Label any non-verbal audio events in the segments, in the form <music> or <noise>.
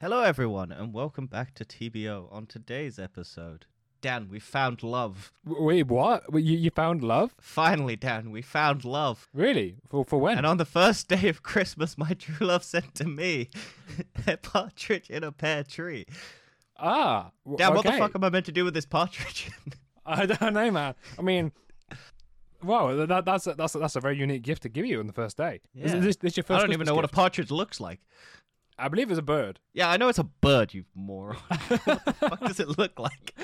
Hello, everyone, and welcome back to TBO. On today's episode, Dan, we found love. W- Wait, what? Wait, You, you found love? Finally, Dan, we found love. Really? For, for when? And on the first day of Christmas, my true love sent to me <laughs> a partridge in a pear tree. ah. w- Dan, what the okay. fuck am I meant to do with this partridge? <laughs> <laughs> I don't know, man. I mean, wow, tha- that, that's a, that's a, that's a very unique gift to give you on the first day. Is Yeah. this, this your first? I don't even Christmas know what a gift? partridge looks like. I believe it's a bird. Yeah, I know it's a bird, you moron. <laughs> what the fuck does it look like?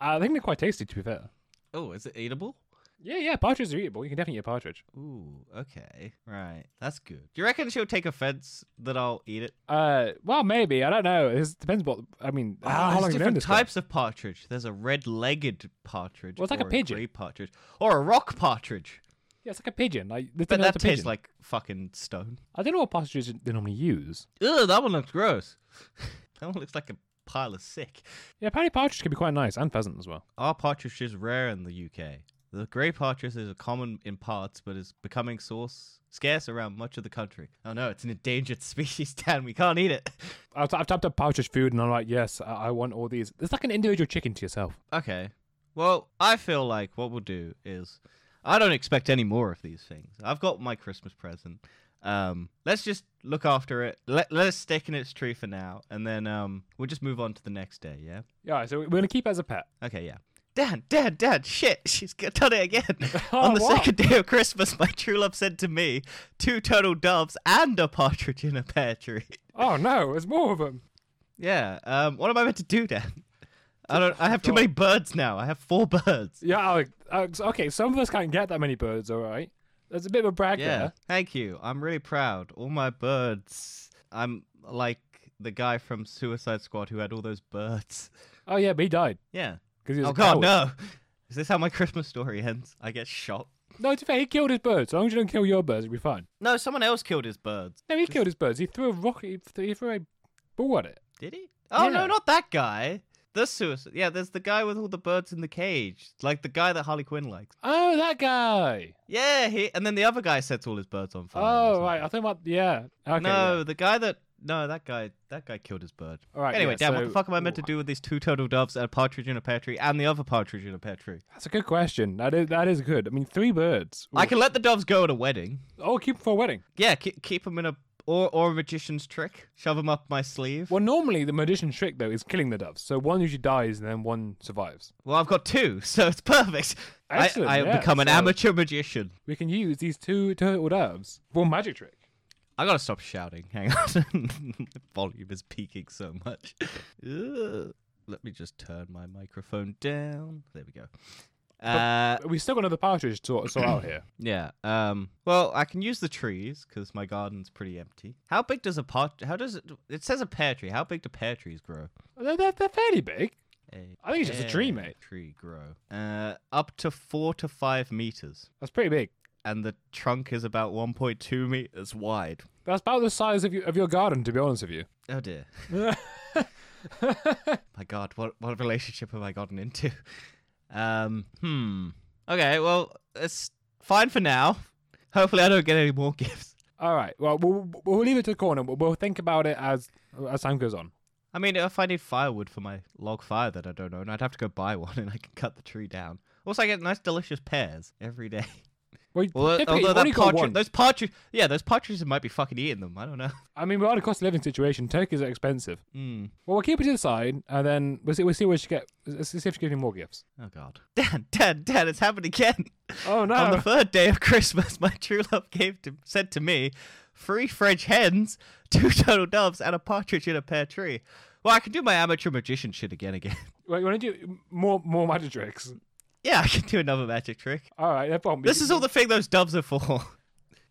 I think they're quite tasty, to be fair. Oh, is it eatable? Yeah, yeah, partridges are eatable. You can definitely eat a partridge. Ooh, okay. Right. That's good. Do you reckon she'll take offense that I'll eat it? Uh, well, maybe I don't know. It depends what I mean. how, how Oh, there's long you known Ah, different this? for? types of partridge. There's a red-legged partridge. Well, it's like a or pigeon. grey partridge. Or a rock partridge. Yeah, it's like a pigeon. Like they But know it's that a tastes pigeon. like fucking stone. I don't know what partridges they normally use. Ugh, that one looks gross. <laughs> that one looks like a pile of sick. Yeah, apparently partridge can be quite nice and pheasant as well. Our partridge is rare in the UK. The grey partridge is a common in parts, but is becoming source scarce around much of the country. Oh no, it's an endangered <laughs> species, Dan. We can't eat it. I've, I've typed up partridge food and I'm like, yes, I, I want all these. It's like an individual chicken to yourself. Okay. Well, I feel like what we'll do is I don't expect any more of these things. I've got my Christmas present. Um, let's just look after it. Let let us stick in its tree for now, and then um, we'll just move on to the next day. Yeah. Yeah, so we're going to keep it as a pet. Okay. Yeah. Dan, Dan, Dan, shit, <laughs> she's g- done it again. On the wow. second day of Christmas, my true love sent to me two turtle doves and a partridge in a pear tree. <laughs> Oh, no, there's more of them. Yeah. Um, what am I meant to do, Dan? I don't. I have too many birds now. I have four <laughs> birds. Yeah, Alec, Alex, okay, some of us can't get that many birds, all right? There's a bit of a brag Yeah. there. Thank you. I'm really proud. All my birds. I'm like the guy from Suicide Squad who had all those birds. <laughs> Oh, yeah, but he died. Yeah. Because he was Oh a god, coward. no. Is this how my Christmas story ends? I get shot. No, to be fair, he killed his birds. As long as you don't kill your birds, it'll be fine. No, someone else killed his birds. No, he killed his birds. He threw a rock, he threw, he threw a ball at it. Did he? Oh no, Yeah. not that guy. The suicide. Yeah, there's the guy with all the birds in the cage, like the guy that Harley Quinn likes. Oh, that guy. Yeah, he. And then the other guy sets all his birds on fire. or Oh, something. right. I think about, yeah. Okay, no, yeah. the guy that. No, that guy. That guy killed his bird. All right, anyway, yeah, Dan, what the so- fuck am I meant to do with these two turtle doves and a partridge in a pear tree and the other partridge in a pear tree? That's a good question. That is, that is good. I mean, three birds. I can let the doves go at a wedding. Oh, keep them for a wedding. Yeah, keep, keep them in a or or a magician's trick. Shove them up my sleeve. Well, normally the magician's trick though is killing the doves. So one usually dies and then one survives. Well, I've got two, <laughs> so it's perfect. I- Excellent, I, have yeah, become an so- amateur magician. We can use these two turtle doves for a magic trick. I gotta stop shouting. Hang on, <laughs> volume is peaking so much. <laughs> Ugh. Let me just turn my microphone down. There we go. Uh, We still got another partridge to sort out here. Yeah. Um. Well, I can use the trees because my garden's pretty empty. How big does a pot? How does it? It says a pear tree. How big do pear trees grow? They're, they're, they're fairly big. A I think it's just a tree, pear mate. Tree grow. Uh, up to four to five meters, That's pretty big. and the trunk is about one point two meters wide. That's about the size of your, of your garden, to be honest with you. Oh <laughs> dear. my God, what what relationship have I gotten into? Um. Hmm. Okay. Well, it's fine for now. Hopefully, I don't get any more <laughs> gifts. All right. Well, we'll, we'll leave it to the corner. We'll, we'll think about it as as time goes on. I mean, if I need firewood for my log fire that I don't own, I'd have to go buy one <laughs> and I can cut the tree down. Also, I get nice, delicious pears every day. Well, <laughs> Well, typically, although you've only that got partridge, one. those partridge, yeah, those partridges might be fucking eating them. I don't know. <laughs> I mean, we're on a cost of living situation. Turkeys are expensive. Mm. Well, we'll keep it to the side, and then we'll see. We'll see where she get. Let's see if she gives me more gifts. Oh God, <laughs> Ah. Dan, Dan, Dan, it's happened <laughs> again. Oh no! On the third day of <laughs> Christmas, my true love gave to said to me, three French hens, two turtle doves, and a partridge in a pear tree. Well, I can do my amateur magician shit again, again. <laughs> Wait, you want to do more more magic tricks? yeah, I can do another magic trick. All right, no problem. This is all the thing those doves are for. <laughs>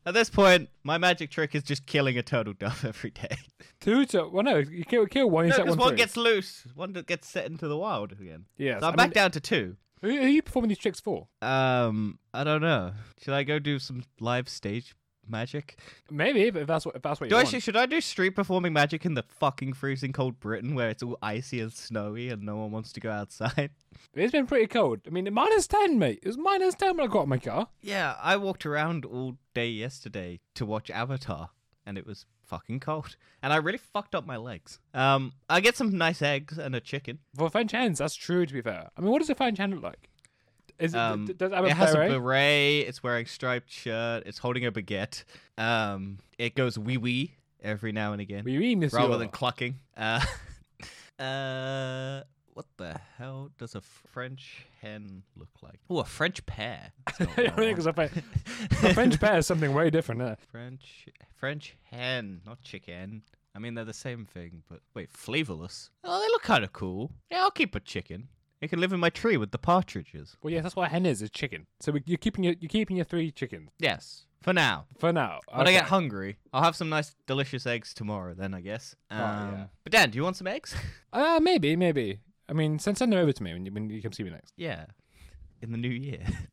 At this point, my magic trick is just killing a turtle dove <laughs> every day. two to well, no, you kill, kill one, you No, set because one, one free. gets loose, one that gets set into the wild again. Yes, so I'm I back mean- down to two. Who, who are you performing these tricks for? Um, I don't know. Should I go do some live stage magic? Maybe, but if that's what if that's what Do you I want. should, should I do street performing magic in the fucking freezing cold Britain where it's all icy and snowy and no one wants to go outside? It's been pretty cold. I mean, minus ten, mate. It was minus ten when I got in my car. Yeah, I walked around all day yesterday to watch Avatar, and it was fucking cold, and I really fucked up my legs. Um, I get some nice eggs and a chicken. Well, French hens. That's true. To be fair, I mean, what does a French hen look like? Is it, Um, d- does it have a it has beret? a beret. It's wearing striped shirt. It's holding a baguette. Um, it goes wee wee every now and again, Oui, oui, monsieur. rather <laughs> than clucking. Uh, <laughs> uh, what the hell does a French hen look like? Oh, a French pear. That's <laughs> not what I Yeah, 'cause a Fre- a French pear is something way different. Isn't it? French French hen, not chicken. I mean, they're the same thing, but wait, flavorless. Oh, they look kind of cool. Yeah, I'll keep a chicken. It can live in my tree with the partridges. Well, yes, that's what a hen is. Is chicken. So we- you're keeping your you're keeping your three chickens Yes, for now. for now. When I Okay. get hungry, I'll have some nice, delicious eggs tomorrow. Then I guess. Um, Oh, yeah. But Dan, do you want some eggs? <laughs> Uh, maybe, maybe. I mean, send send them over to me when you, when you come see me next. yeah, in the new year. <laughs>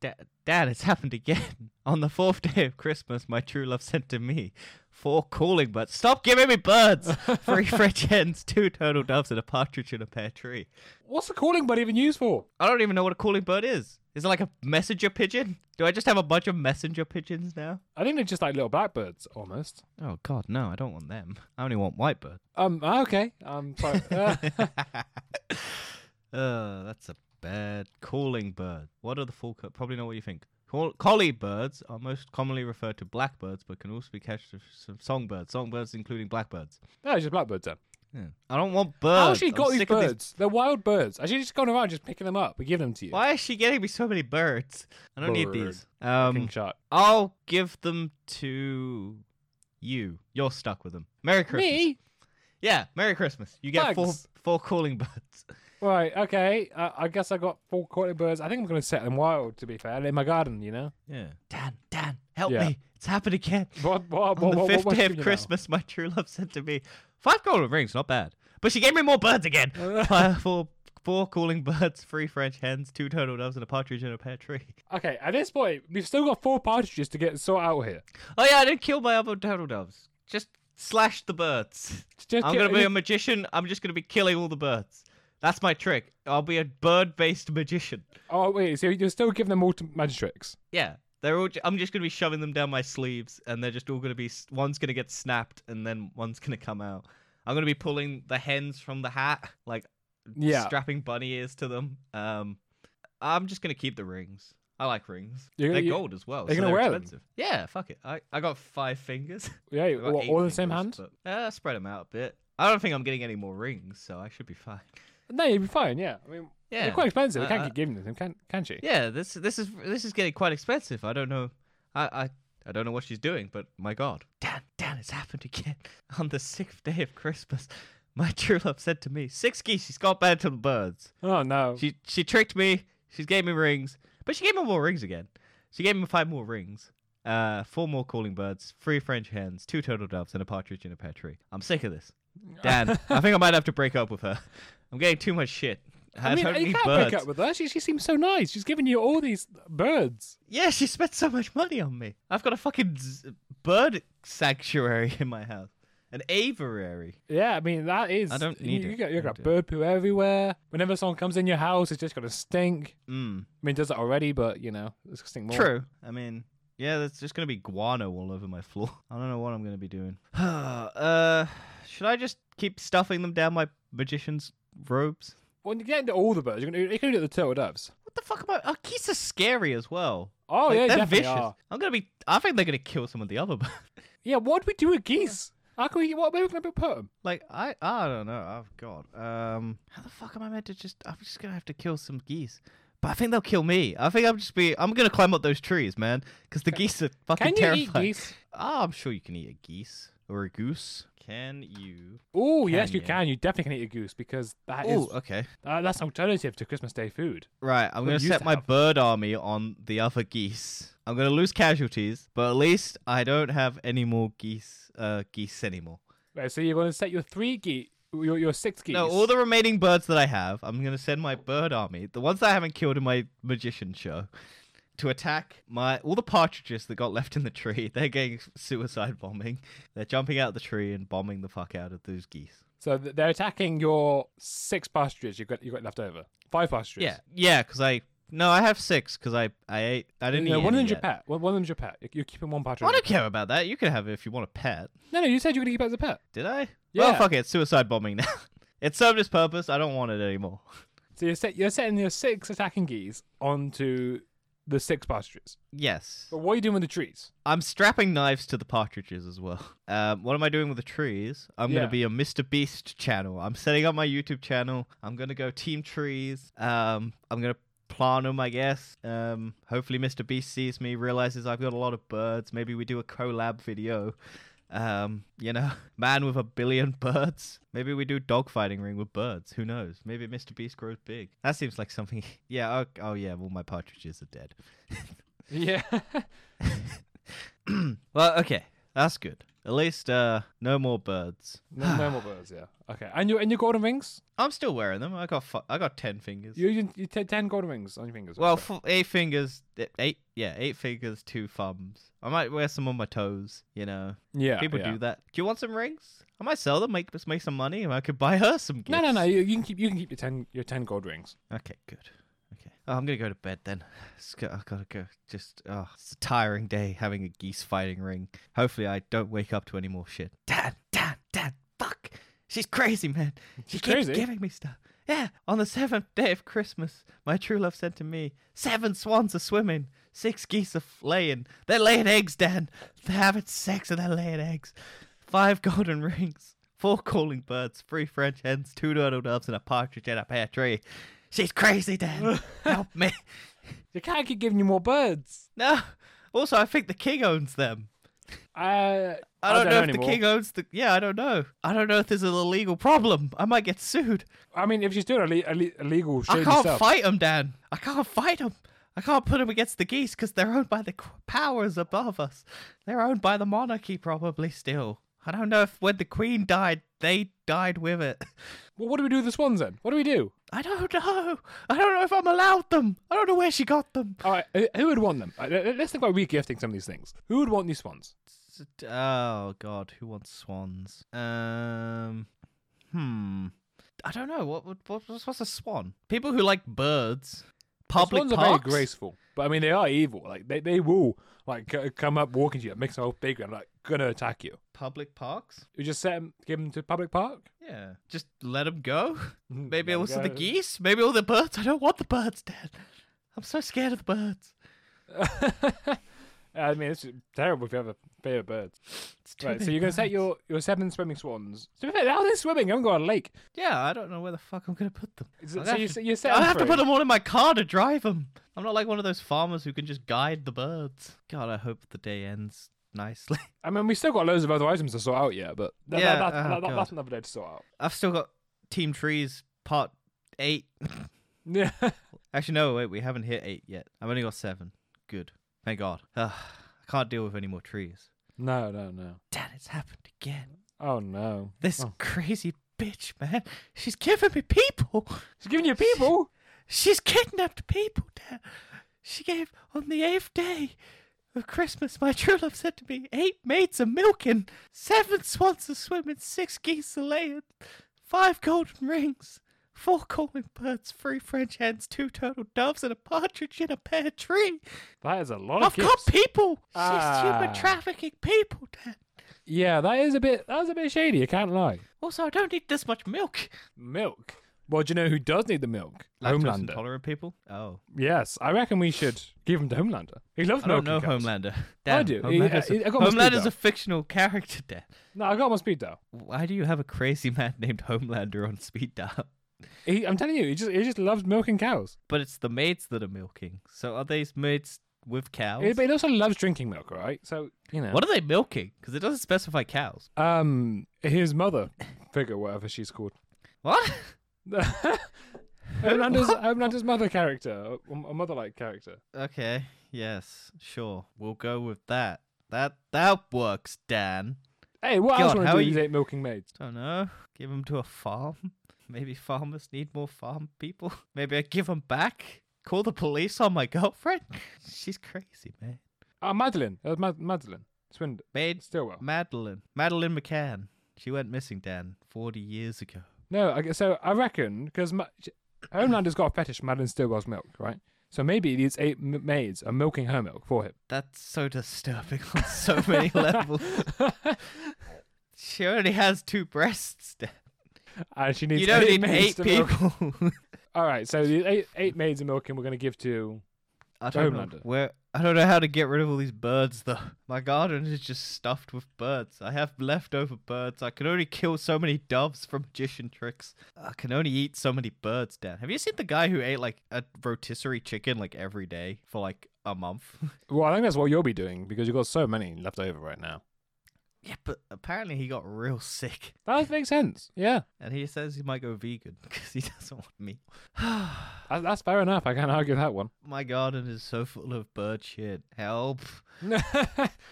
Da- Dad, it's happened again. <laughs> On the fourth day of Christmas, my true love sent to me four calling birds. Stop giving me <laughs> birds! Three French hens, two turtle doves, and a partridge in a pear tree. What's the calling bird even used for? I don't even know what a calling bird is. Is it like a messenger pigeon? Do I just have a bunch of messenger pigeons now? I think they're just like little blackbirds almost. Oh god, no, I don't want them. I only want white bird. Um. ah, Okay. Um. <laughs> Sorry. Uh, Uh, that's a bad calling bird. What are the full? Co- probably not what you think. Call- collie birds are most commonly referred to blackbirds, but can also be catched as some songbirds. Songbirds, including blackbirds. no, it's just blackbirds then. I don't want Hmm. How birds. How she I'm got these sick of birds? They're wild birds. I should just gone around just picking them up. We give them to you. Why is she getting me so many birds? I don't need these. King Um, shark. I'll give them to you. You're stuck with them. Merry Christmas. Me? Yeah, Merry Christmas. You get four Thanks. four calling birds. Right. Okay. Uh, I guess I got four calling birds. I think I'm gonna set them wild. To be fair, in my garden, you know. Yeah. Dan, Dan, help Yeah. me. It's happened again. What? What? <laughs> On What? the what, fifth what day should of you know? Christmas, my true love said to me, Five golden rings, not bad. But she gave me more birds <laughs> again. Five- four, four calling birds, three French hens, two turtle doves, and a partridge in a pear tree. Okay. At this point, we've still got four partridges to get sort out here. Oh, yeah, I didn't kill my other turtle doves. Just slash the birds. Just I'm get- going to be a magician. I'm just going to be killing all the birds. That's my trick. I'll be a bird based magician. Oh wait, so you're still giving them all to magic tricks? Yeah, they're all. ju- I'm just gonna be shoving them down my sleeves, and they're just all gonna be. s- One's gonna get snapped, and then one's gonna come out. I'm gonna be pulling the hens from the hat, like Yeah. strapping bunny ears to them. Um, I'm just gonna keep the rings. I like rings. You're gonna- they're you- gold as well. you're so gonna they're wear them? expensive. Yeah, fuck it. I, I got five fingers. <laughs> yeah, I all, got all eight in the same hand. fingers, But, uh, spread them out a bit. I don't think I'm getting any more rings, so I should be fine. No, you'd be fine. Yeah, I mean, Yeah. they're quite expensive. I- they can't I- keep giving them, to him, can can she? Yeah, this this is this is getting quite expensive. I don't know. I I, I don't know what she's doing, but my God, Dan, Dan, it's happened again. <laughs> On the sixth day of Christmas, my true love said to me, six geese. She's got bad to the birds. Oh no. She she tricked me. She gave me rings, but she gave me more rings again. She gave me five more rings. Uh, four more calling birds, three French hens, two turtle doves, and a partridge in a pear tree. I'm sick of this, Dan. <laughs> I think I might have to break up with her. I'm getting too much shit. I, I mean, don't you need can't birds. break up with her. She, she seems so nice. She's giving you all these birds. Yeah, she spent so much money on me. I've got a fucking z- bird sanctuary in my house, an aviary. Yeah, I mean that is. I don't you, need you it. Got, you I got don't bird poo everywhere. Whenever someone comes in your house, it's just gonna stink. Mm, I mean, it does it already, but you know, it's gonna stink more. true. I mean, yeah, that's just gonna be guano all over my floor. <laughs> I don't know what I'm gonna be doing. <sighs> uh, should I just keep stuffing them down my magician's robes? Well, you get into all the birds. You're gonna, you're gonna do the turtle doves. What the fuck am I? Oh, geese are scary as well. Oh Like, yeah, they're definitely vicious. are. I'm gonna be. I think they're gonna kill some of the other <laughs> birds. Yeah, what do we do with geese? How can we? What where are we gonna put them? Like I, I don't know. I've got um. How the fuck am I meant to just? I'm just gonna have to kill some geese. But I think they'll kill me. I think I'm just be. I'm gonna climb up those trees, man, because the geese are fucking Can you eat terrifying. geese? Ah, I'm sure you can eat a geese or a goose. Can you? Oh yes, Can you you? can. You definitely can eat a goose because that is Oh, okay. uh, that's an alternative to Christmas Day food. Right, I'm Well, gonna you set used to my have- bird army on the other geese. I'm gonna lose casualties, but at least I don't have any more geese. Uh, geese anymore. Right, so you're going to set your three geese, your your six geese. No, all the remaining birds that I have, I'm gonna send my bird army, the ones that I haven't killed in my magician show, to attack my all the partridges that got left in the tree. <laughs> They're getting suicide bombing. They're jumping out the tree and bombing the fuck out of those geese. so th- they're attacking your six pastures you got you got left over. Five pastures. Yeah, yeah, because I No, I have six because I I ate. I didn't No, eat one any of them's your yet. pet. One one of them's your pet. You're- You're keeping one partridge. I don't care about that. You can have it if you want a pet. No, no, you said you were gonna keep it as a pet. Did I? Well, Yeah. fuck it. It's suicide bombing now. <laughs> it served its purpose. I don't want it anymore. <laughs> So you're set, you're setting your six attacking geese onto the six partridges. Yes. But what are you doing with the trees? I'm strapping knives to the partridges as well. Um, what am I doing with the trees? I'm Yeah. gonna be a Mr. Beast channel. I'm setting up my YouTube channel. I'm gonna go team trees. Um, I'm gonna plant them, I guess. Um, hopefully Mr. Beast sees me, realizes I've got a lot of birds. Maybe we do a collab video. Um, you know, <laughs> man with a billion birds. Maybe we do dogfighting ring with birds. Who knows? Maybe Mr. Beast grows big. That seems like something. <laughs> Yeah. Oh, oh yeah. Well, my partridges are dead. Yeah. well, okay, that's good. At least uh, no more birds. <laughs> no, no more birds. Yeah. Okay. And your and your golden rings. I'm still wearing them. I got fu- I got ten fingers. You you, you t- ten golden rings on your fingers. well, f- eight fingers, th- eight yeah, eight fingers, two thumbs. I might wear some on my toes. You know, yeah. people yeah. do that. Do you want some rings? I might sell them, make make some money, and I could buy her some gifts. No, no, no. You, you can keep you can keep your ten your ten gold rings. Okay, good. Okay, oh, I'm gonna go to bed then. <sighs> It's go- I gotta go. Just oh, it's a tiring day having a geese fighting ring. Hopefully, I don't wake up to any more shit. Dad, dad, dad, fuck. She's crazy, man. She She's keeps crazy? giving me stuff. Yeah, on the seventh day of Christmas, my true love said to me, Seven swans are swimming, six geese are laying. They're laying eggs, Dan. They're having sex and they're laying eggs. Five golden rings, four calling birds, three French hens, two turtle doves, and a partridge in a pear tree. She's crazy, <laughs> Dan. Help me. You can't keep giving you more birds. No. Also, I think the king owns them. Uh, I don't, know, if anymore. the king owns the. Yeah, I don't know. I don't know if there's an illegal problem. I might get sued. I mean, if she's doing alle- alle- illegal I shady can't stuff. fight him, Dan. I can't fight him. I can't put him against the geese because they're owned by the qu- powers above us. They're owned by the monarchy, probably still. I don't know if when the queen died, they died with it. <laughs> Well, what do we do with the swans then? What do we do? I don't know. I don't know if I'm allowed them. I don't know where she got them. All right, uh, who would want them? Uh, let- Let's think about regifting some of these things. Who would want these swans? S- Oh God, who wants swans? Um, hmm. I don't know. What would what, what's what's a swan? People who like birds. Public swans parks. are very graceful, but I mean they are evil. Like they, they will like c- come up walking to you, make themselves bigger, and like gonna attack you. Public parks. You just set 'em- give them to public park. Yeah. Just let them <laughs> go. Mhm, Maybe there we also the go. geese. Maybe all the birds. I don't want the birds dead. I'm so scared of the birds. I mean it's terrible if you have a fear of birds. It's too Right, so many you're gonna set birds. your your seven swimming swans. To be fair, how are they swimming? I haven't got a lake. Yeah, I don't know where the fuck I'm gonna put them. So, I'd so have you to- se- you set I 'em have to free. put them all in my car to drive them. I'm not like one of those farmers who can just guide the birds. God, I hope the day ends nicely. <laughs> I mean, we still got loads of other items to sort out yet, but that, Yeah, that, that, oh, that- that- God. that's another day to sort out. I've still got Team Trees Part Eight. <laughs> Yeah. <laughs> Actually, no, wait, we haven't hit eight yet. I've only got seven. Good, thank God. <sighs> Ugh, I can't deal with any more trees. no, no, no. Dad, it's happened again. Oh no. This Oh. crazy bitch, man. She's giving me people. She's giving you people. She's kidnapped people, Dad. She gave on the eighth day of Christmas. My true love said to me, eight maids are milking, seven swans are swimming, six geese are laying, five golden rings, four calling birds, three French hens, two turtle doves, and a partridge in a pear tree. That is a lot I've of got gifts. people. She's Ah. human trafficking people, Dad. yeah, that is a bit. That was a bit shady. I can't lie. Also, I don't need this much milk. Milk. Well, do you know who does need the milk? Homelander. intolerant people. Oh, yes, I reckon we should give him to Homelander. He loves I don't milk. know and cups. Homelander. I Damn, do. He- Homelander's, I- I a, got my speed Homelander's a dial. fictional character, Dad. No, I got him on speed dial. Why do you have a crazy man <laughs> named Homelander on speed dial? He, I'm telling you, he just he just loves milking cows. But it's the maids that are milking. So are these maids with cows? He, but he also loves drinking milk, all right? So you know. What are they milking? Because it doesn't specify cows. Um, his mother figure, whatever she's called. What? <laughs> <laughs> Homelander's, Homelander's mother character, a, a mother-like character. Okay. Yes. Sure. We'll go with that. That that works, Dan. Hey, what else God, want to how do are with these you- eight milking maids? Don't know. Give them to a farm. <laughs> Maybe farmers need more farm people. <laughs> Maybe I give them back. Call the police on my girlfriend. <laughs> She's crazy, man. Ah, Madeline. Uh, Mad- Madeline. Swindon. Maid Stillwell. Madeline. Madeline McCann. She went missing, Dan, 40 years ago. No, I, guess- so I reckon because Ma- sh- Homelander's got a fetish for Madeline Stillwell's milk, right? So maybe these eight m- maids are milking her milk for him. That's so disturbing <laughs> on so <laughs> many levels. She already has two breasts. Dan. and she needs You don't eight need maids eight to milk- people. <laughs> <laughs> All right, so the eight, eight maids are milking we're going to give to. I don't know Homelander. where. I don't know how to get rid of all these birds though. My garden is just stuffed with birds. I have leftover birds. I can only kill so many doves from magician tricks. I can only eat so many birds, Dan. Have you seen the guy who ate like a rotisserie chicken like every day for like a month? <laughs> Well, I think that's what you'll be doing because you've got so many left over right now. yeah, but apparently he got real sick. That makes sense. Yeah, And he says he might go vegan <laughs> because he doesn't want meat. That- that's fair enough. I can't argue that one. My garden is so full of bird shit. Help. <laughs>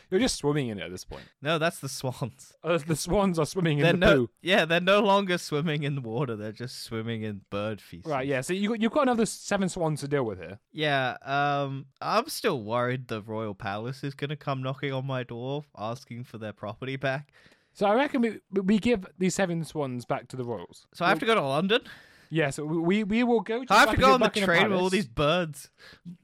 You're just swimming in it at <laughs> this point. No, that's the swans. Uh, the swans are swimming in Oh, They're the no, poo. yeah, they're no longer swimming in the water. They're just swimming in bird feces. Right, yeah. So you, you've got another seven swans to deal with here. Yeah. Um, I'm still worried the royal palace is gonna come knocking on my door, asking for their property back. So I reckon we, we give these seven swans back to the royals. So I have to go to London. Yeah, so we, we will go to I have to Buckingham go on the Buckingham train with all Palace. these birds.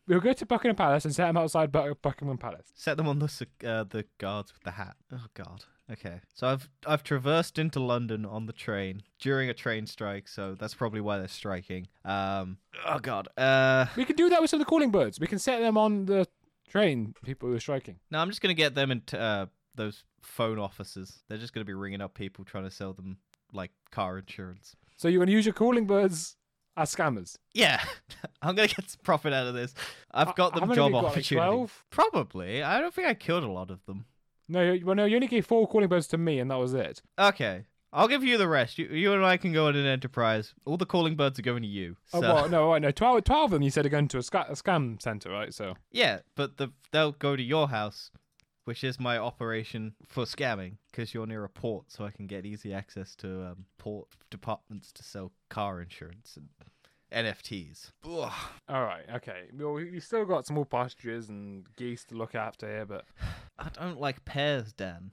We'll go to Buckingham Palace and set them outside Bu- Buckingham Palace. Set them on the sec- uh, the guards with the hat. Oh God. Okay. So I've I've traversed into London on the train during a train strike. So that's probably why they're striking. Um. Oh God. Uh. We can do that with some of the calling birds. We can set them on the train, people who are striking. No, I'm just gonna get them into uh, those phone offices. They're just gonna be ringing up people trying to sell them like car insurance. So you're going to use your calling birds as scammers. Yeah, <laughs> I'm gonna get some profit out of this. H- I've got how them many have job you got, like opportunities. 12? Probably. I don't think I killed a lot of them. No, you- well, no, you only gave four calling birds to me, and that was it. Okay, I'll give you the rest. You, you and I can go on an enterprise. All the calling birds are going to you. So Oh, well, no, right, no, 12, 12 of them you said are going to a, sca- a scam center, right? So <laughs> yeah, but the, they'll go to your house. Which is my operation for scamming, because you're near a port, so I can get easy access to um, port departments to sell car insurance and NFTs. Ugh. All right, okay. Well, we- we've still got some more pastures and geese to look after here, but I don't like pears, Dan.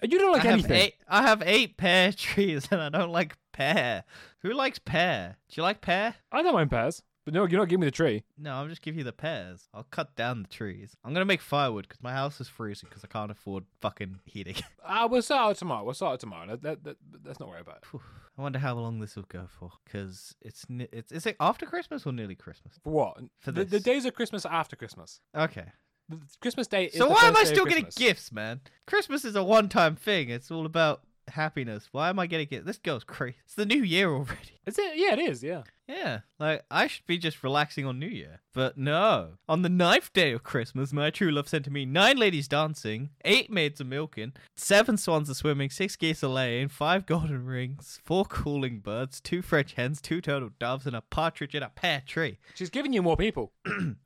you don't like I anything. Have eight, I have eight pear <laughs> trees and I don't like pear. Who likes pear? Do you like pear? I don't mind pears, but no, you're not giving me the tree. No, I'll just give you the pears. I'll cut down the trees. I'm gonna make firewood because my house is freezing because I can't afford fucking heating. <laughs> Ah, we'll start it tomorrow. We'll start it tomorrow. Let, let, let, let's not worry about it. I wonder how long this will go for because it's ne- it's is it after Christmas or nearly Christmas? For what? For the, the this. days of Christmas are after Christmas. Okay. The- Christmas Day is. so the why am I first day of still getting Christmas. gifts, man? Christmas is a one-time thing. It's all about happiness. Why am I getting gifts? This girl's crazy. It's the new year already. Is it? Yeah, it is. Yeah. Yeah, like I should be just relaxing on New Year, but no. On the ninth day of Christmas, my true love sent to me nine ladies dancing, eight maids a milking, seven swans a swimming, six geese a laying, five golden rings, four calling birds, two French hens, two turtle doves, and a partridge in a pear tree. She's giving you more people.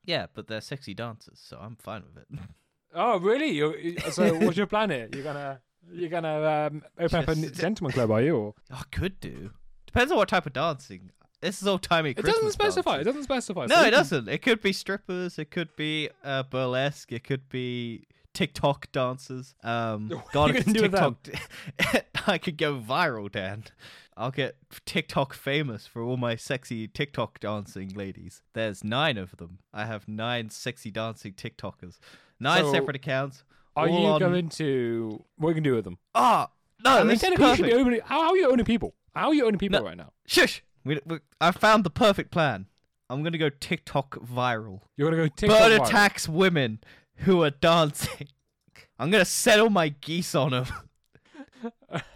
Yeah, but they're sexy dancers, so I'm fine with it. <laughs> Oh, really? You're, you- so what's your plan here? You're gonna you're gonna um, open up a Just- n- gentleman club, are you? Or? Oh, I could do. Depends on what type of dancing. This is all timey It Christmas. doesn't specify. dancing. It doesn't specify. so No, you it can- doesn't. It could be strippers. It could be uh, burlesque. It could be TikTok dancers. Um, <laughs> What are God, you if gonna it's do with TikTok, <laughs> I could go viral, Dan. I'll get TikTok famous for all my sexy TikTok dancing ladies. There's nine of them. I have nine sexy dancing TikTokers. Nine So, separate accounts. Are all you on... going to what are you gonna do with them? Ah, no, I mean, this is technically, you should be perfect. owning. How, how are you owning people? How are you owning people right now? Shush. We, we, I found the perfect plan. I'm gonna go TikTok viral. You're gonna go TikTok. bird viral. attacks women who are dancing. I'm gonna settle my geese on them.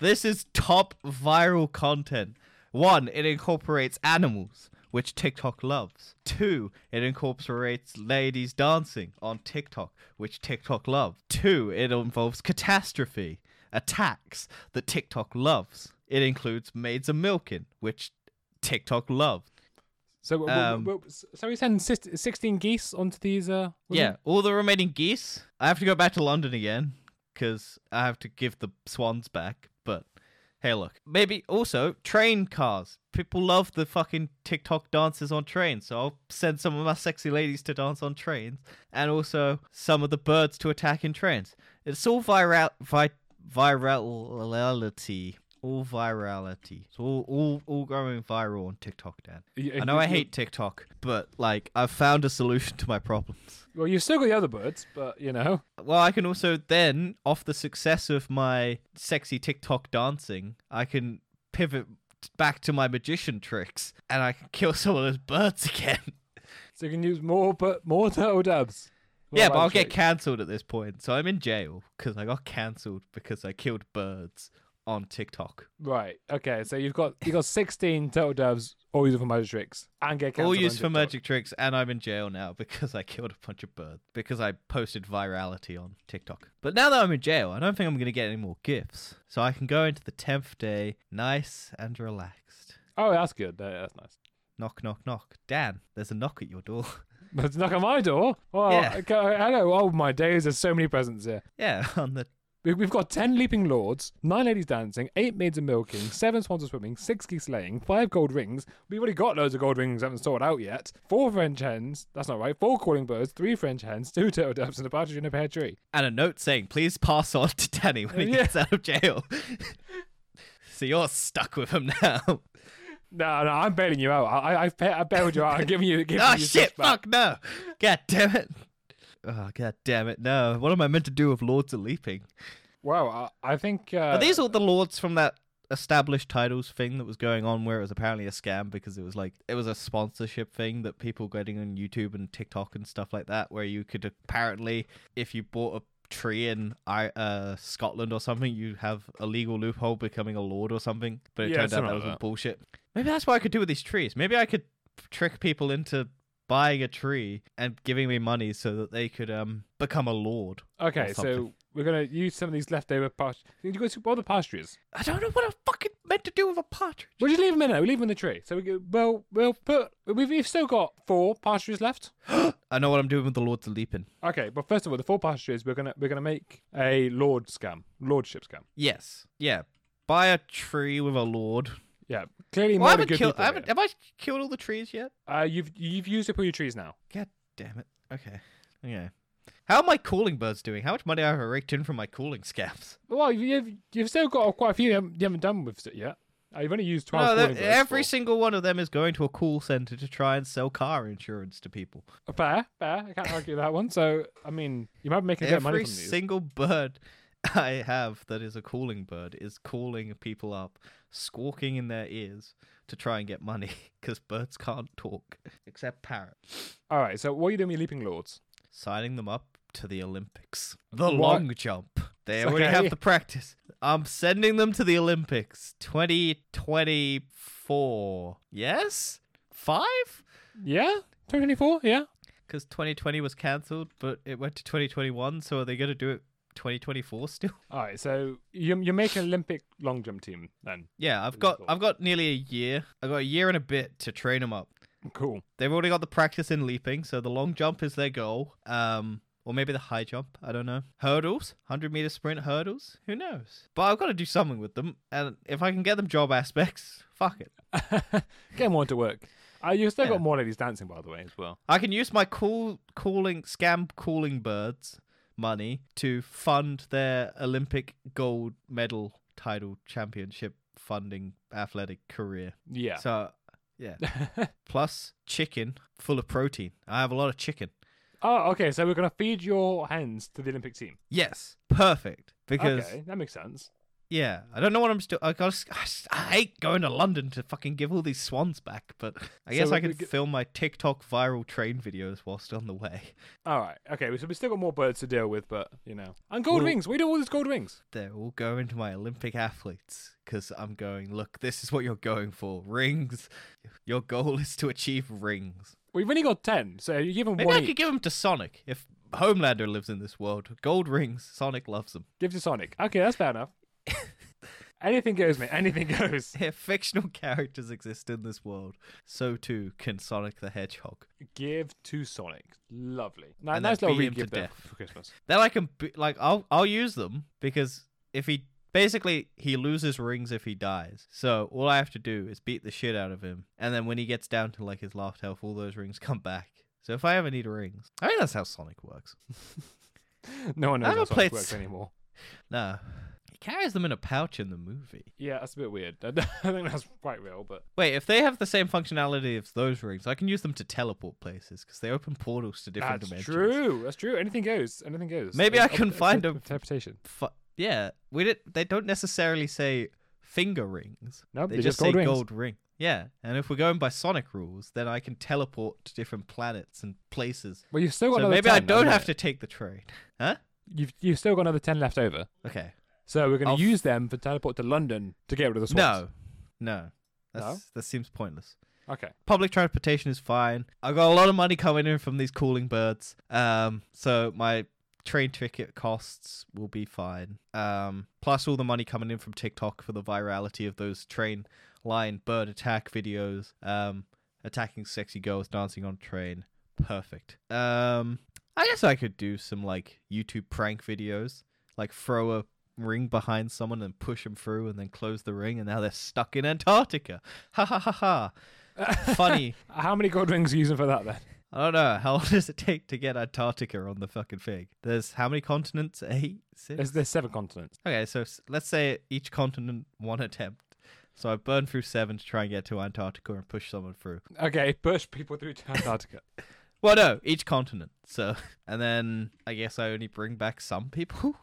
this is top viral content. One, it incorporates animals, which TikTok loves. Two, it incorporates ladies dancing on TikTok, which TikTok loves. Two, it involves catastrophe, attacks that TikTok loves. It includes maids of milking, which TikTok loves. So, w- w- Um, w- w- so we send sis- sixteen geese onto these. Uh, women? Yeah, all the remaining geese. I have to go back to London again because I have to give the swans back. But hey, look, maybe also train cars. People love the fucking TikTok dances on trains, so I'll send some of my sexy ladies to dance on trains, and also some of the birds to attack in trains. It's all viral, vi- virality. all virality. It's all all all going viral on TikTok, Dad. You- I know you- I you- hate TikTok, but like I've found a solution to my problems. Well, you've still got the other birds, but you know. Well, I can also then, off the success of my sexy TikTok dancing, I can pivot back to my magician tricks, and I can kill <laughs> some of those birds again. So you can use more, but more <laughs> turtle doves. More yeah, but I'll get magic. cancelled at this point, so I'm in jail because I got cancelled because I killed birds on TikTok. right. Okay, so you've got you've got sixteen turtle doves, all used for magic tricks, and get All cancelled on used for TikTok. magic tricks, and I'm in jail now <laughs> because I killed a bunch of birds because I posted virality on TikTok. But now that I'm in jail, I don't think I'm gonna get any more gifts, so I can go into the tenth day nice and relaxed. Oh, that's good. That- That's nice. <laughs> Knock, knock, knock. Dan, there's a knock at your door. <laughs> But it's knock on my door. Well, Yeah. okay, <laughs> hello. Oh my days, there's so many presents here. yeah, <laughs> on the We- We've got 10 leaping lords, 9 ladies dancing, 8 maids a milking, 7 swans a swimming, 6 geese laying, 5 gold rings. We've already got loads of gold rings, haven't sorted out yet. 4 French hens, that's not right, 4 calling birds, 3 French hens, 2 turtle doves, and a partridge in a pear tree. and a note saying, "Please pass on to Danny when he Yeah. gets out of jail." <laughs> so you're stuck with him now. <laughs> No, no, I'm bailing you out. I, I, I've pa- I bailed you out. <laughs> I'm giving you. Giving Ah you shit! stuff back. Fuck no! God damn it! Oh god damn it! No, what am I meant to do with Lords of Leaping? Wow, I, I think. Uh, Are these all the Lords from that established titles thing that was going on, where it was apparently a scam because it was like it was a sponsorship thing that people getting on YouTube and TikTok and stuff like that, where you could apparently, if you bought a tree in I- uh, Scotland or something, you have a legal loophole becoming a lord or something. But it Yeah, turned out something that like was all that. bullshit. Maybe that's what I could do with these trees. Maybe I could trick people into buying a tree and giving me money so that they could um become a lord. Okay, so something. we're going to use some of these leftover pastures. You go to all the pastures. I don't know what I'm fucking meant to do with a partridge. We'll just leave them in there. We leave them in the tree. So we go, well, we'll put. We've, we've still got four pastures left. I know what I'm doing with the Lords of Leaping. Okay, but first of all, the four pastures we're gonna we're gonna make a lord scam, lordship scam. Yes. Yeah. Buy a tree with a lord. Yeah, clearly Well, I more haven't good killed. people. I haven't. here. Have I killed all the trees yet? Uh, you've you've used up all your trees now. God damn it. Okay. Okay. How are my calling birds doing? How much money have I raked in from my calling scams? Well, you- you've you've still got quite a few you haven't, you haven't done with it yet. Uh, you've only used No, twelve. they're- calling birds every for- single one of them is going to a call center to try and sell car insurance to people. fair, fair. I can't argue that one. So I mean, you might be making a bit of money every from these. single bird <laughs> I have that is a calling bird is calling people up, squawking in their ears to try and get money <laughs> because birds can't talk except parrots. all right. So what are you doing with your leaping lords? signing them up to the Olympics. The What? long jump. They already Okay. have the practice. I'm sending them to the Olympics 2024. Yes? Five? Yeah, twenty twenty four. Yeah. Because 2020 was cancelled, but it went to 2021. So are they going to do it 2024 still? <laughs> All right. So you're you're making an Olympic long jump team then. Yeah, I've Good got thought. I've got nearly a year. I've got a year and a bit to train them up. Cool. They've already got the practice in leaping, so the long jump is their goal. Um, or maybe the high jump. I don't know. Hurdles, hundred meter sprint hurdles. Who knows? But I've got to do something with them, and if I can get them job aspects, <laughs> fuck it. Get more to work. Uh, you've still Yeah. got more ladies dancing, by the way, as well. I can use my cool calling scam calling birds money to fund their Olympic gold medal title championship funding athletic career. Yeah. So, yeah. Plus chicken full of protein. I have a lot of chicken. oh, okay. So we're gonna feed your hens to the Olympic team. Yes, perfect. Because Okay, that makes sense. yeah, I don't know what I'm still. I, gotta, I, s- I hate going to London to fucking give all these swans back, but <laughs> I So guess I we- can we get- film my TikTok viral train videos whilst on the way. <laughs> All right. Okay. So we still got more birds to deal with, but you know, and gold Well- rings. We do all these gold rings. They're all going to my Olympic athletes because I'm going. Look, this is what you're going for. Rings. Your goal is to achieve rings. We've only got ten, so you give them Maybe one. I could each. give them to Sonic if Homelander lives in this world. Gold rings. Sonic loves <laughs> them. Give to Sonic. Okay, that's <laughs> fair enough. Anything goes, mate. Anything goes. If fictional <laughs> characters exist in this world, so too can Sonic the Hedgehog. Give to Sonic. Lovely. Ni- And then nice little beat him to re-gift there death. for Christmas. Then I can b- like I'll I'll use them because if he basically he loses rings if he dies. So all I have to do is beat the shit out of him, and then when he gets down to like his last health, all those rings <laughs> come back. So if I ever need rings, I think that's how Sonic works. <laughs> <laughs> No one knows I'm how a Sonic place- works anymore. No, He carries them in a pouch in the movie. Yeah, that's a bit weird. <laughs> I think that's quite real, but Wait, if they have the same functionality as those rings, I can use them to teleport places because they open portals to different that's dimensions. true. That's true. Anything goes. Anything goes. Maybe I can find a- interpretation. Fu- yeah, we did. They don't necessarily say finger rings. No, they they're just, just say gold rings. gold ring. Yeah, and if we're going by Sonic rules, then I can teleport to different planets and places. Well, you've still got So another. maybe I 10, don't haven't have you? to take the train, huh? You've you've still got another ten left over. Okay. So we're going I'll f- to use them for teleport to London to get rid of the swans. No, no, that's, that seems pointless. No. Okay. public transportation is fine. I got a lot of money coming in from these calling birds. Um, so my train ticket costs will be fine. Um, plus all the money coming in from TikTok for the virality of those train line bird attack videos. Um, attacking sexy girls dancing on train. Perfect. Um, I guess I could do some like YouTube prank videos, like throw a ring behind someone and push them through and then close the ring and now they're stuck in Antarctica. Ha ha ha ha <laughs> funny. How many gold rings are you using for that then? I don't know. How long does it take to get Antarctica on the fucking thing? There's how many continents? Eight, six. There's, there's seven continents. Okay, so s- let's say each continent one attempt. So I burn through seven to try and get to Antarctica and push someone through. Okay, push people through to Antarctica. <laughs> Well, no, each continent. So <laughs> and then I guess I only bring back some people. <laughs>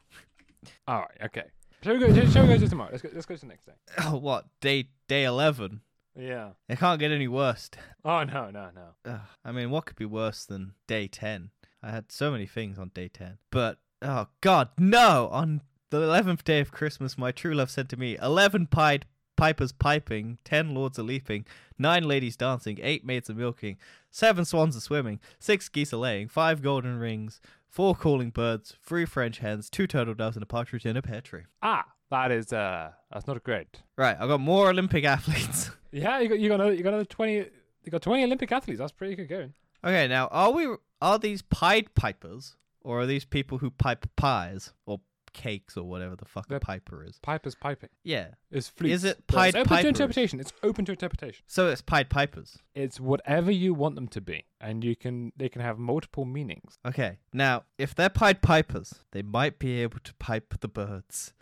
All right. Okay. Shall we go? Shall we go to tomorrow? Let's go. Let's go to the next day. Oh, what day? Day eleven. Yeah. It can't get any worse. Oh no no no. Ugh, I mean, what could be worse than day 10? I had so many things on day 10. But, oh god, no! On the 11th day of Christmas, my true love said to me 11 pied pipers piping, 10 lords a leaping, 9 ladies dancing, 8 maids a milking, 7 swans a swimming, 6 geese a laying, 5 golden rings, 4 calling birds, 3 French hens, 2 turtle doves, and a partridge in a pear tree. Ah, that is uh, that's not great. Right, I've got more Olympic <laughs> athletes. Yeah, you got you got another, you got another twenty. You got twenty Olympic athletes. That's pretty good going. Okay, now are we are these pied pipers or are these people who pipe pies or cakes or whatever the fuck a They're- piper is? Piper's piping Yeah. is flutes. Is it but Pied It's open Pipers? to interpretation. It's open to interpretation. So it's pied pipers. It's whatever you want them to be, and you can they can have multiple meanings. Okay. Now, if they're pied pipers, they might be able to pipe the birds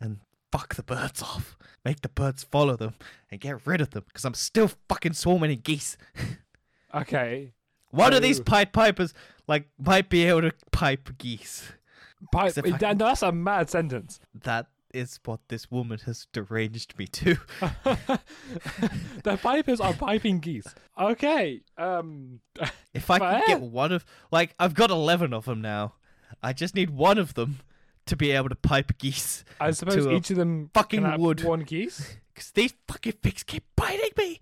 and fuck the birds off. Make the birds follow them and get rid of them because I'm still fucking swarming in geese. Okay, One of these Oh. pied pipers like might be able to pipe geese. pipe. Except I- that- that's a mad sentence. That is what this woman has deranged me to. the pipers are piping geese. Okay, um, <laughs> If I could get Fair. one of, like, I've got eleven of them now. I just need one of them to be able to pipe geese I suppose To a each of them fucking can have wood. one geese. because these fucking things keep biting me.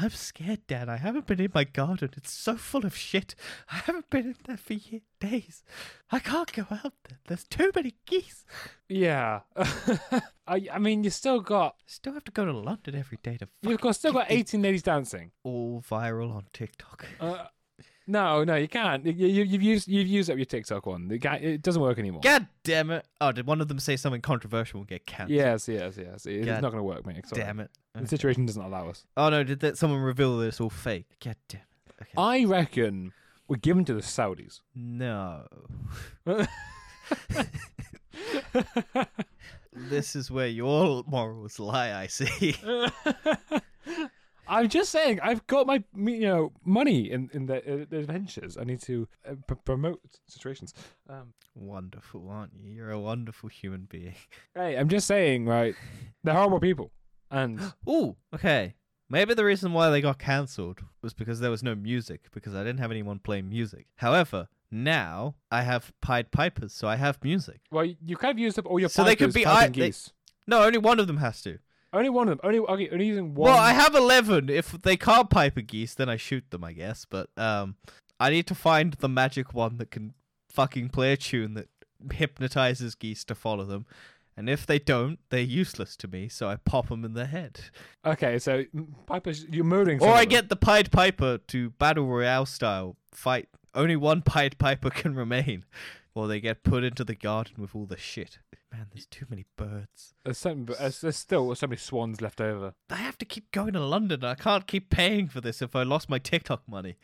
I'm scared, Dad. I haven't been in my garden. It's so full of shit. I haven't been in there for ye- days. I can't go out there. There's too many geese. Yeah, <laughs> I, I mean you still got Still have to go to London every day to fucking you've got still keep got these eighteen ladies dancing. all viral on TikTok. Uh, no, no, you can't. You, you, you've used you've used up your TikTok one. It, can't, it doesn't work anymore. God damn it! Oh, did one of them say something controversial and get cancelled? yes, yes, yes. It- God it's not going to work, mate. Sorry. Damn it! The situation doesn't allow us. Oh no! Did that someone reveal that it's all fake? God damn it! Okay. I reckon we're given to the Saudis. No. This is where your morals lie, I see. I'm just saying, I've got my me- you know money in in the, uh, the adventures. I need to uh, p- promote situations. Um, wonderful, aren't you? You're a wonderful human being. hey, I'm just saying, <laughs> right? They're horrible people, and Ooh, okay. Maybe the reason why they got cancelled was because there was no music, because I didn't have anyone playing music. However, now I have Pied Pipers, so I have music. well, you kind of used up all your So they could pipers be piping I- they- geese. No, only one of them has to. Only one of them. Only okay. Only using one. Well, I have eleven. If they can't pipe a geese, then I shoot them, I guess. But um, I need to find the magic one that can fucking play a tune that hypnotizes geese to follow them. And if they don't, they're useless to me, so I pop them in the head. Okay, so m- Piper's you're murdering. or some I of them. get the Pied Piper to battle royale style fight. Only one Pied Piper can remain, or they get put into the garden with all the shit. Man, there's too many birds. There's, some, there's, there's still so many swans left over. I have to keep going to London. I can't keep paying for this if I lost my TikTok money.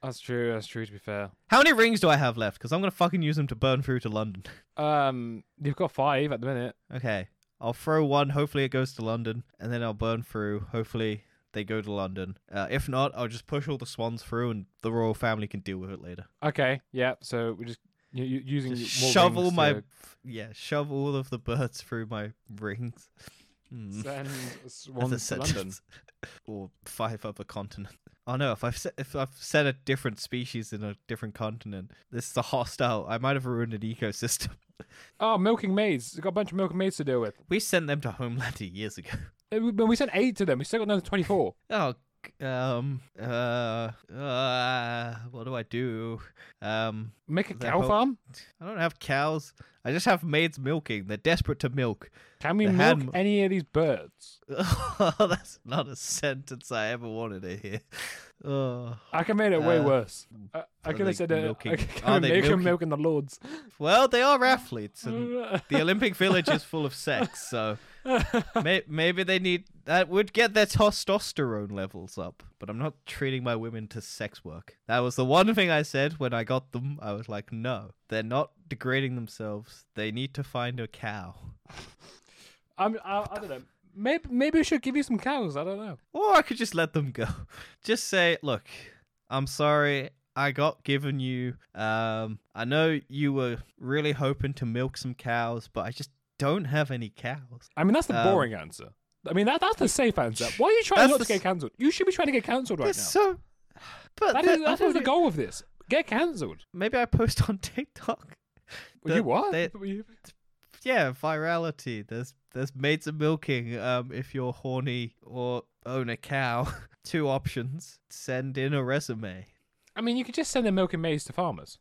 That's true. That's true. To be fair, How many rings do I have left? Because I'm gonna fucking use them to burn through to London. um, you've got five at the minute. okay. I'll throw one. Hopefully, it goes to London, and then I'll burn through. Hopefully, they go to London. Uh, if not, I'll just push all the swans through, and the royal family can deal with it later. Okay, yeah. So we just you, you, using Just more shovel rings my <laughs> to yeah, shove all of the birds through my rings. Hmm. send As a swans to London. sentence. <laughs> or five other continents. Oh no! If I've said, if I've said a different species in a different continent, this is a hostile. I might have ruined an ecosystem. <laughs> Oh, milking maids. We've got a bunch of milking maids to deal with. We sent them to Homeland years ago. Uh, we- But we sent eight to them. We still got another twenty-four. Oh, g- um, uh, uh, what do I do? Um, Make a They're cow ho- farm. I don't have cows. I just have maids milking. They're desperate to milk. <laughs> Can we The milk hand- any of these birds? That's not a sentence I ever wanted to hear. Oh. I can make it way Uh, worse. I, I are could they have said uh, milking- I could are have they make them milking- milk in <laughs> the lords. Well, they are athletes, and the Olympic Village is full of sex, so may- maybe they need that would get their testosterone levels up. But I'm not treating my women to sex work. That was the one thing I said when I got them. I was like, no, they're not degrading themselves. They need to find a cow, I'm, I, I don't know. Maybe maybe we should give you some cows. I don't know. or I could just let them go. <laughs> Just say, look, I'm sorry. I got given you. Um, I know you were really hoping to milk some cows, but I just don't have any cows. I mean, that's the Um, boring answer. I mean, that that's the safe answer. Why are you trying That's not the to get s- cancelled? You should be trying to get cancelled right That's now. so. But That the- is, I that is the don't- e- goal of this. Get cancelled. Maybe I post on <laughs> TikTok. Well, The- you what? they- You- Yeah, virality. There's there's maids of milking. Um, if you're horny or own a cow, <laughs> two options. Send in a resume. I mean, you could just send the milk and maize to farmers.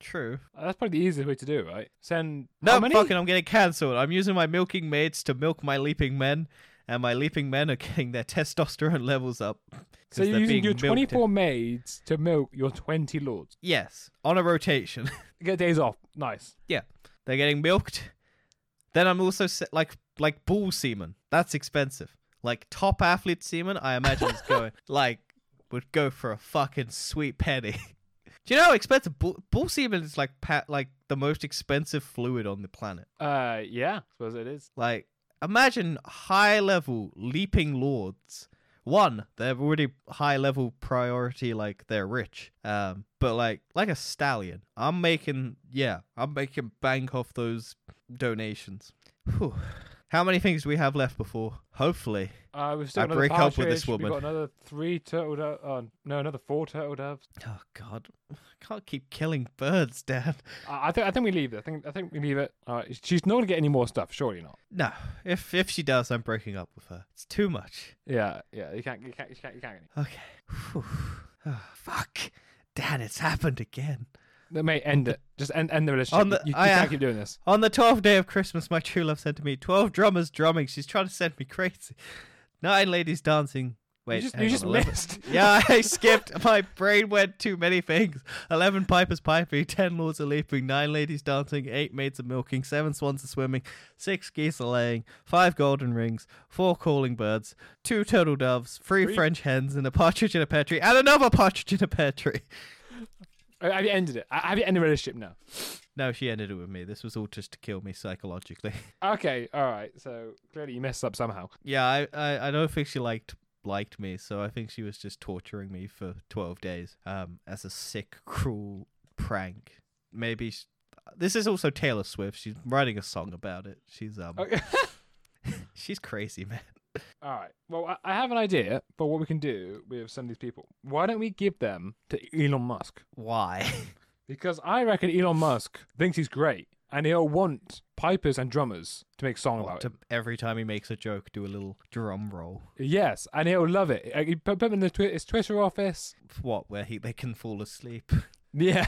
True. That's probably the easiest way to do it, right? Send No, how many? fucking, I'm getting cancelled. I'm using my milking maids to milk my leaping men, and my leaping men are <laughs> getting their testosterone levels up. 'cause so you're they're using being your milked in- 24 maids to milk your 20 lords. Yes, on a rotation. Get days off. Nice. Yeah, they're getting milked. Then I'm also se- like like bull semen. That's expensive. Like top athlete semen, I imagine is going like would go for a fucking sweet penny. <laughs> Do you know how expensive bull, bull semen is? Like pa- like the most expensive fluid on the planet. Uh, yeah, I suppose it is. Like imagine high level leaping lords. One, they're already high level priority, like they're rich. Um, but like like a stallion, I'm making yeah, I'm making bank off those donations. Whew. How many things do we have left before? Hopefully, Uh, we've still I got another break up with partridge, this woman. We've got another three turtle doves. Oh, no, another four turtle doves. oh god, I can't keep killing birds, Dad. I, I think I think we leave it. I think I think we leave it. All right, she's not gonna get any more stuff. Surely not. No, if if she does, I'm breaking up with her. It's too much. Yeah, yeah. You can't. You can't. You can't. You can't. Get Okay. Whew. Ah, fuck, Dad, it's happened again. any. Mate, end it. Just end. End the relationship. On the- you you I, uh, can't keep doing this. On the twelfth day of Christmas, my true love said to me, Twelve drummers drumming. She's trying to send me crazy. Nine ladies dancing. Wait, you just, hang you just on, 11 missed. <laughs> Yeah, I skipped. My brain went too many things. Eleven pipers piping, ten lords a leaping, nine ladies dancing, eight maids a milking, seven swans a swimming, six geese a laying, five golden rings, four calling birds, two turtle doves, three, Three- French hens, and a partridge in a pear tree, and another partridge in a pear tree. <laughs> Uh, <laughs> Have you ended it? Uh, Have you ended the relationship now? No, she ended it with me. This was all just to kill me psychologically. <laughs> Okay. All right. So clearly you messed up somehow. Yeah, I, I, I don't think she liked liked me, so I think she was just torturing me for twelve days, um, as a sick, <laughs> cruel prank. Maybe sh this is also Taylor Swift. She's writing a song about it. She's um, Okay. <laughs> she's crazy, man. All right. Well, I- I have an idea for what we can do with some of these people. Why don't we give them to Elon Musk? Why? Because I reckon Elon Musk thinks he's great, and he'll want pipers and drummers to make song <laughs> about To- every time he makes a joke, do a little drum roll. it. Yes, and he'll love it. Like, you put put him in the twi- his Twitter office. <laughs> What? Where he they can fall asleep, <laughs> Yeah,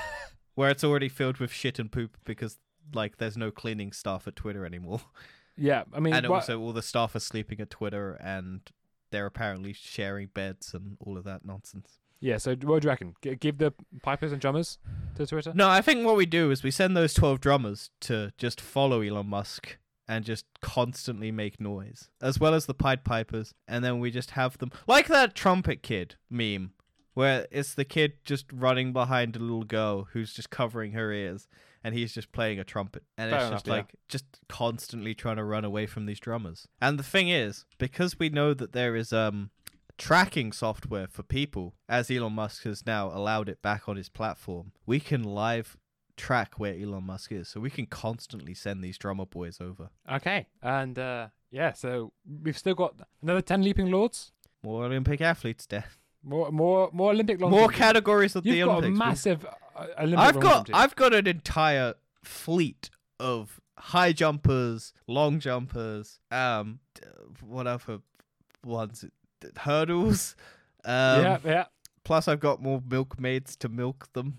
where it's already filled with shit and poop because like there's no cleaning staff at Twitter anymore. yeah. I mean, and wha- also all the staff are sleeping at Twitter and they're apparently sharing beds and all of that nonsense. yeah. So what do you reckon? G- give the pipers and drummers to Twitter. No, I think what we do is we send those 12 drummers to just follow Elon Musk and just constantly make noise, as well as the Pied Pipers, and then we just have them like that trumpet kid meme. Where it's the kid just running behind a little girl who's just covering her ears, and he's just playing a trumpet. And Fair it's enough, just yeah. like just constantly trying to run away from these drummers. And the thing is, because we know that there is um tracking software for people, as Elon Musk has now allowed it back on his platform, we can live track where Elon Musk is. So we can constantly send these drummer boys over. Okay. And uh, yeah, so we've still got another 10 Leaping Lords. More Olympic athletes, death. More more, more Olympic long. More categories of You've the got Olympics. a We- massive uh, Olympic I've long jump got team. I've got an entire fleet of high jumpers, long jumpers, um, d- what other ones? D- Hurdles. Um, yeah, yeah. Plus, I've got more milkmaids to milk them.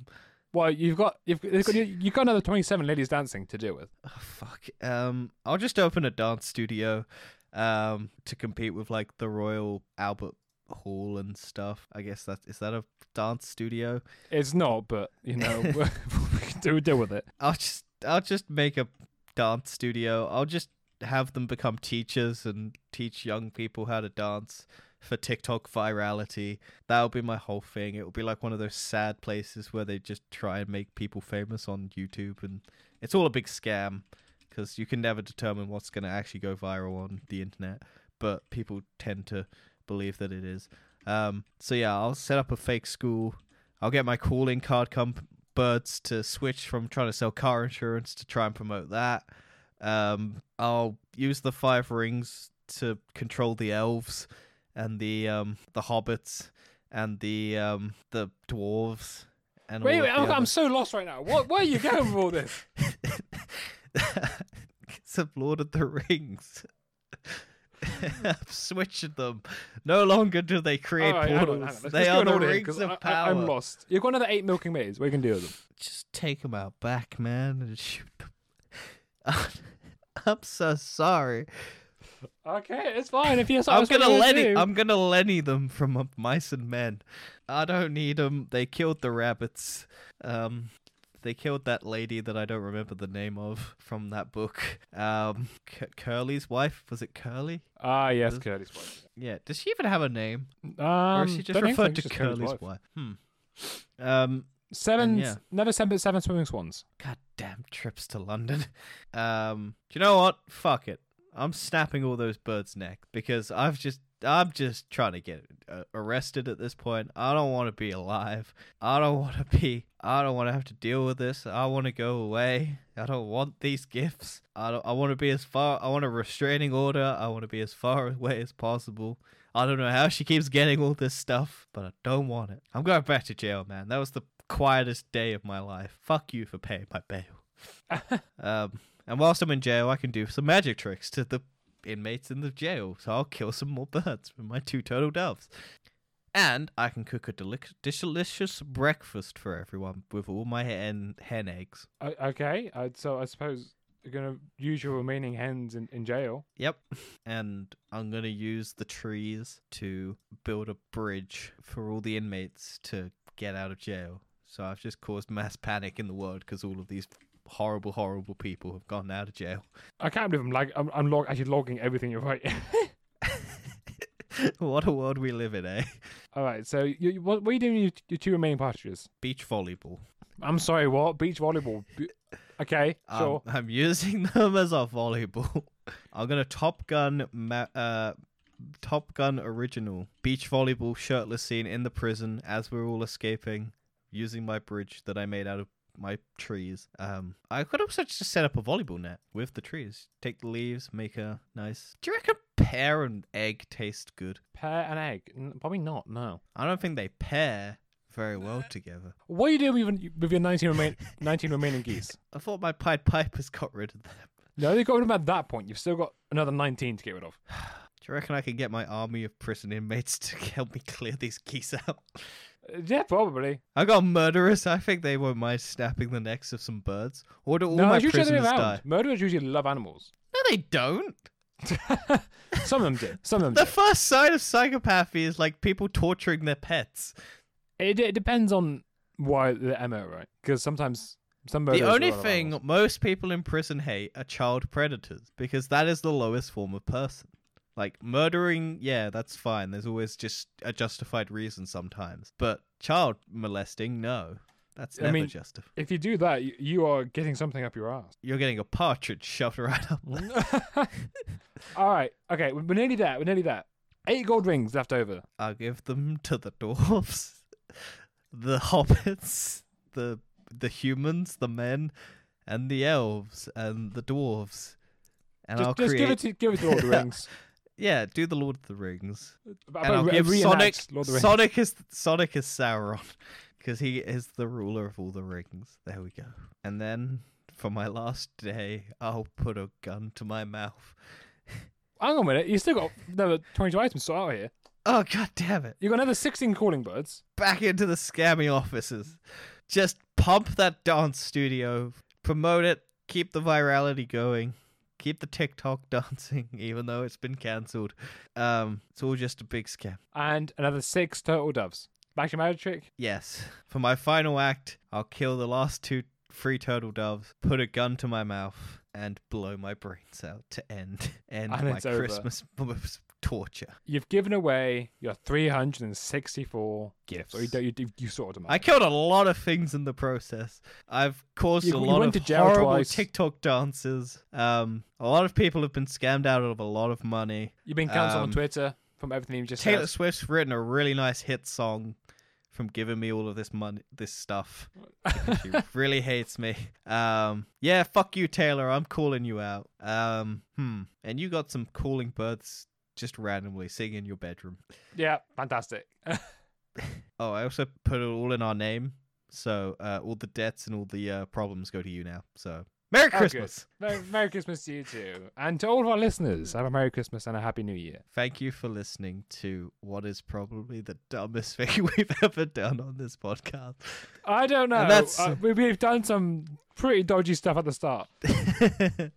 Well, you've got you've, you've got you've got another twenty-seven ladies dancing to deal with. Oh, fuck. Um, I'll just open a dance studio, um, to compete with like the Royal Albert Hall and stuff. I guess that is that a dance studio. It's not, but you know, <laughs> we can do deal with it. I'll just I'll just make a dance studio. I'll just have them become teachers and teach young people how to dance for TikTok virality. That'll be my whole thing. It'll be like one of those sad places where they just try and make people famous on YouTube and it's all a big scam because you can never determine what's going to actually go viral on the internet, but people tend to believe that it is. Um, so yeah, I'll set up a fake school. I'll get my calling card comp- birds to switch from trying to sell car insurance to try and promote that. Um, I'll use the five rings to control the elves and the um, the hobbits and the um, the dwarves. And Wait, all wait, of the I'm, other- I'm so lost right now. What, where are you going with all this? it's of Lord of the Rings. <laughs> I've switched them. No longer do they <laughs> create All right, hang on, hang on. portals. Let's- let's They go are in the order here, rings 'cause of I, I, power. I'm lost. You've got another eight milking maids. What you can do with them? Just take them out back, man, <laughs> and shoot them. I'm so sorry. Okay, it's fine. If you're so, I'm that's what gonna you Lenny. do. I'm gonna Lenny them from up mice and men. I don't need them. They killed the rabbits. Um, they killed that lady that I don't remember the name of from that book. Um, C- Curly's wife was it Curly? Ah, yes, Curly's wife. Yeah. Does she even have a name, Um, or is she just don't think so, referred it's to just Curly's Curly's wife. wife? Hmm. Um. Seven, yeah. never seven, seven swimming swans. Goddamn trips to London. Um. Do you know what? Fuck it. I'm snapping all those birds' neck because I've just. I'm just trying to get uh, arrested at this point. I don't want to be alive. I don't want to <laughs> be. I don't want to have to deal with this. I want to go away. I don't want these gifts. I don't, I want to be as far. I want a restraining order. I want to be as far <laughs> away as possible. I don't know how she keeps getting all this stuff, but I don't want it. I'm going back to jail, man. That was the quietest day of my life. Fuck you for paying my bail. um, and whilst I'm in jail, I can do some magic tricks to the inmates in the jail. So I'll kill some more birds with my two turtle doves. And I can cook a delic- delicious breakfast for everyone with all my hen, hen eggs. Uh, okay, uh, so I suppose you're gonna use your remaining hens in, in jail. Yep. And I'm going to use the trees to build a bridge for all the inmates to get out of jail. So I've just caused mass panic in the world because all of these horrible, horrible people have gone out of jail. <laughs> I can't believe I'm like I'm, I'm log- actually logging everything you're right. <laughs> what a world we live in, eh? All right, so you, you- what, what are you doing with your, your two remaining partridges? Beach volleyball. I'm sorry, what? Beach volleyball. B- Okay, Um, sure. I'm using <laughs> them as a volleyball. <laughs> I'm gonna Top Gun, ma- uh, Top Gun original beach volleyball shirtless scene in the prison as we're all escaping, using my bridge that I made out of my trees. Um, I could also just set up a volleyball net with the trees. Take the leaves, make a nice. Do you reckon pear and egg taste good? Pear and egg? N- Probably not. No. I don't think they pair very well together. What are you doing with your, with your 19, remain, <laughs> 19 remaining geese? I thought my Pied Pipers got rid of them. No, they got rid of them at that point. You've still got another 19 to get rid of. Do you reckon I can get my army of prison inmates to <laughs> help me clear these geese out? Uh, Yeah, probably. I got murderers. I think they won't mind snapping the necks of some birds. Or do all no, my it's usually the prisoners other way die? around. Murderers usually love animals. No, they don't. Some of them do. Some of them The first sign of psychopathy is like people torturing their pets. do. It, it depends on why the MO, right? Because sometimes some murderers. The are only love thing animals. most people in prison hate are child predators because that is the lowest form of person. Like murdering, yeah, that's fine. There's always just a justified reason sometimes. But child molesting, no. That's I never mean- just. A, If you do that, you, you are getting something up your ass. you're getting a partridge shoved right up. <laughs> All right. Okay. We're we're nearly there. We're nearly there. Eight gold rings left over. I'll give them to the dwarves, <laughs> the hobbits, the the humans, the men, and the elves and the dwarves. And just I'll just create. give it to give it to Lord <laughs> of the Rings. yeah, do the Lord of the Rings. But and I'll re- give Sonic. reenact Lord of the Rings. Sonic is Sonic is Sauron <laughs> because he is the ruler of all the rings. There we go. And then for my last day, I'll put a gun to my mouth. Hang on a minute. You still got another twenty-two items to sort out here. Oh god damn it! You got another sixteen calling birds. back into the scammy offices. Just pump that dance studio, promote it, keep the virality going, keep the TikTok <laughs> dancing, even though it's been cancelled. Um, it's all just a big scam. and another six turtle doves. Back to your magic trick. Yes. For my final act, I'll kill the last two free turtle doves, put a gun to my mouth, and blow my brains out to end end And my it's over. Christmas <laughs> torture. You've given away your 364 gifts. Or you, don't- you, you, you sorted them out. I killed a lot of things in the process. I've caused You- a you lot went of to jail horrible twice. TikTok dances. Um, a lot of people have been scammed out of a lot of money. You've been cancelled um, on Twitter from everything you just Taylor said. Swift's written a really nice hit song from giving me all of this money, this stuff. because <laughs> she really hates me. Um, yeah, fuck you, Taylor. I'm calling you out. Um, hmm. And you got some calling birds just randomly singing in your bedroom. Yeah, fantastic. <laughs> Oh, I also put it all in our name. So uh, all the debts and all the uh, problems go to you now. So Merry Oh, good. Christmas. Merry, Merry Christmas to you too. And to all of our listeners, have a Merry Christmas and a Happy New Year. Thank you for listening to what is probably the dumbest <laughs> thing we've ever done on this podcast. <laughs> I don't know. And that's- Uh, we, we've done some pretty dodgy stuff at the start. I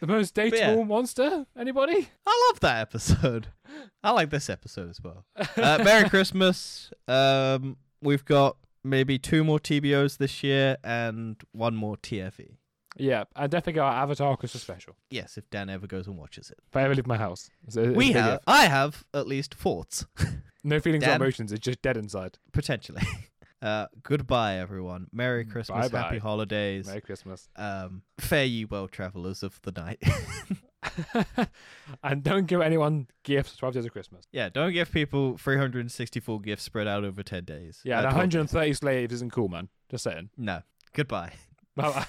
The most dateable yeah. monster? Anybody? love that episode. I like this episode as well. <laughs> Uh, Merry Christmas. Um, we've got maybe two more TBOs this year and one more TFE. Yeah, and definitely go our Avatar Christmas special. Yes, if Dan ever goes and watches it. If I ever leave my house. It's a- it's a We big have, if. I have at least thoughts. No feelings or Dan- emotions. It's just dead inside. potentially. <laughs> Uh, goodbye, everyone. Merry Christmas, Mm, Bye-bye. happy holidays. Merry Christmas. Um, fare ye well, travellers of the night. <laughs> and don't give anyone gifts 12 days of Christmas. yeah, don't give people 364 gifts spread out over 10 days. Yeah, Uh, 12 and days. <laughs> 130 slaves isn't cool, man. Just saying. No. Goodbye. Bye bye.